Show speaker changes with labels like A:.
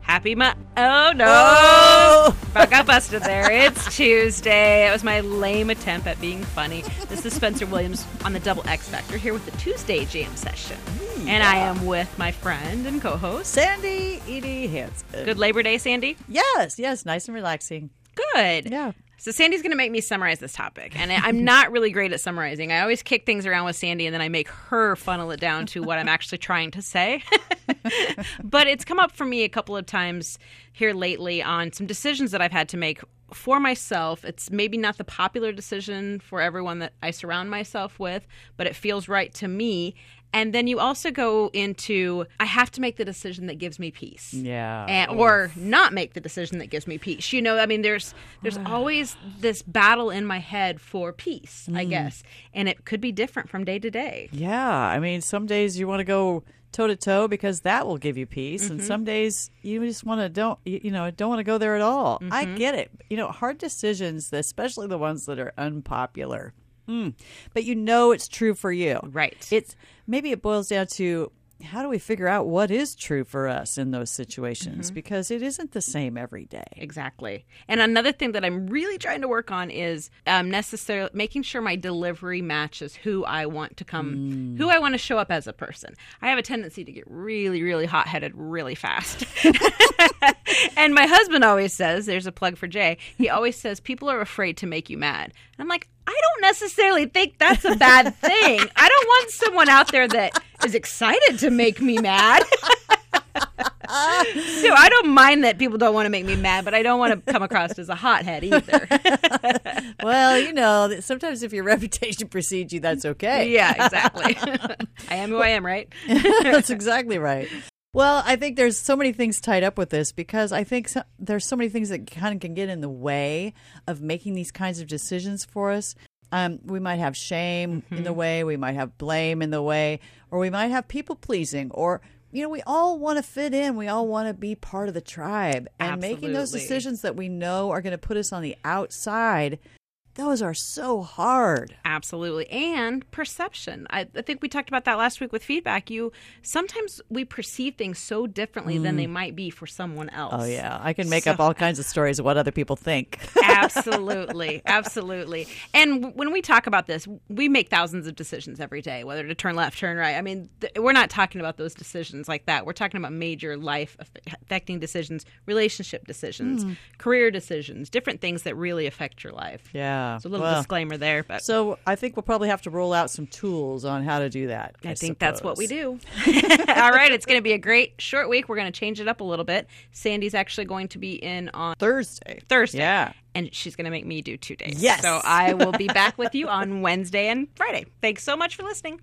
A: happy mo- Oh no. I got busted there. It's Tuesday. It was my lame attempt at being funny. This is Spencer Williams on the Double X Factor here with the Tuesday Jam Session. And I am with my friend and co host.
B: Sandy Edie Hansen.
A: Good Labor Day, Sandy.
B: Yes, yes, nice and relaxing.
A: Good.
B: Yeah.
A: So Sandy's going to make me summarize this topic, and I- I'm not really great at summarizing. I always kick things around with Sandy, and then I make her funnel it down to what I'm actually trying to say. but it's come up for me a couple of times here lately on some decisions that I've had to make for myself. It's maybe not the popular decision for everyone that I surround myself with, but it feels right to me. And then you also go into I have to make the decision that gives me peace
B: Yeah.
A: and, or not make the decision that gives me peace. You know, I mean, there's there's always this battle in my head for peace, I guess, and it could be different from day to day.
B: yeah. I mean, some days you want to go toe to toe because that will give you peace,
A: Mm-hmm.
B: and some days you just want to don't you you know don't want to go there at all. I
A: Mm-hmm.
B: get it. You know, hard decisions, especially the ones that are unpopular. Mm. But you know it's true for you.
A: Right.
B: It's maybe it boils down to how do we figure out what is true for us in those situations
A: Mm-hmm.
B: because it isn't the same every day.
A: Exactly. And another thing that I'm really trying to work on is um, necessarily making sure my delivery matches who I want to come, who I want to show up as a person. I have a tendency to get really, really hot headed really fast. and my husband always says, there's a plug for Jay, he always says, people are afraid to make you mad. And I'm like, I don't necessarily think that's a bad thing. I don't want someone out there that is excited to make me mad. So I don't mind that people don't want to make me mad, but I don't want to come across as a hothead either.
B: well, you know, that sometimes if your reputation precedes you, that's okay.
A: yeah, exactly. I am who I am, right?
B: that's exactly right. Well, I think there's so many things tied up with this because I think so, there's so many things that kind of can get in the way of making these kinds of decisions for us. Um, we might have shame in the way, we might have blame in the way, or we might have people pleasing, or you know, we all want to fit in. We all want to be part of the tribe. And making those
A: Absolutely.
B: decisions that we know are going to put us on the outside, those are so hard.
A: Absolutely. And perception. I, I think we talked about that last week with feedback. You sometimes we perceive things so differently than they might be for someone else.
B: Oh yeah, I can make up all kinds of stories of what other people think.
A: absolutely absolutely and w- when we talk about this we make thousands of decisions every day whether to turn left turn right i mean th- we're not talking about those decisions like that we're talking about major life aff- affecting decisions relationship decisions
B: Hmm.
A: career decisions different things that really affect your life
B: Yeah.
A: so a little
B: well,
A: disclaimer there but
B: So I think we'll probably have to roll out some tools on how to do that. I,
A: I think that's what we
B: suppose.
A: do. All right, it's going to be a great short week. We're going to change it up a little bit. Sandy's actually going to be in on
B: Thursday.
A: Thursday.
B: Yeah.
A: and she's going to make me do two days.
B: Yes.
A: So I will be back with you on Wednesday and Friday. Thanks so much for listening.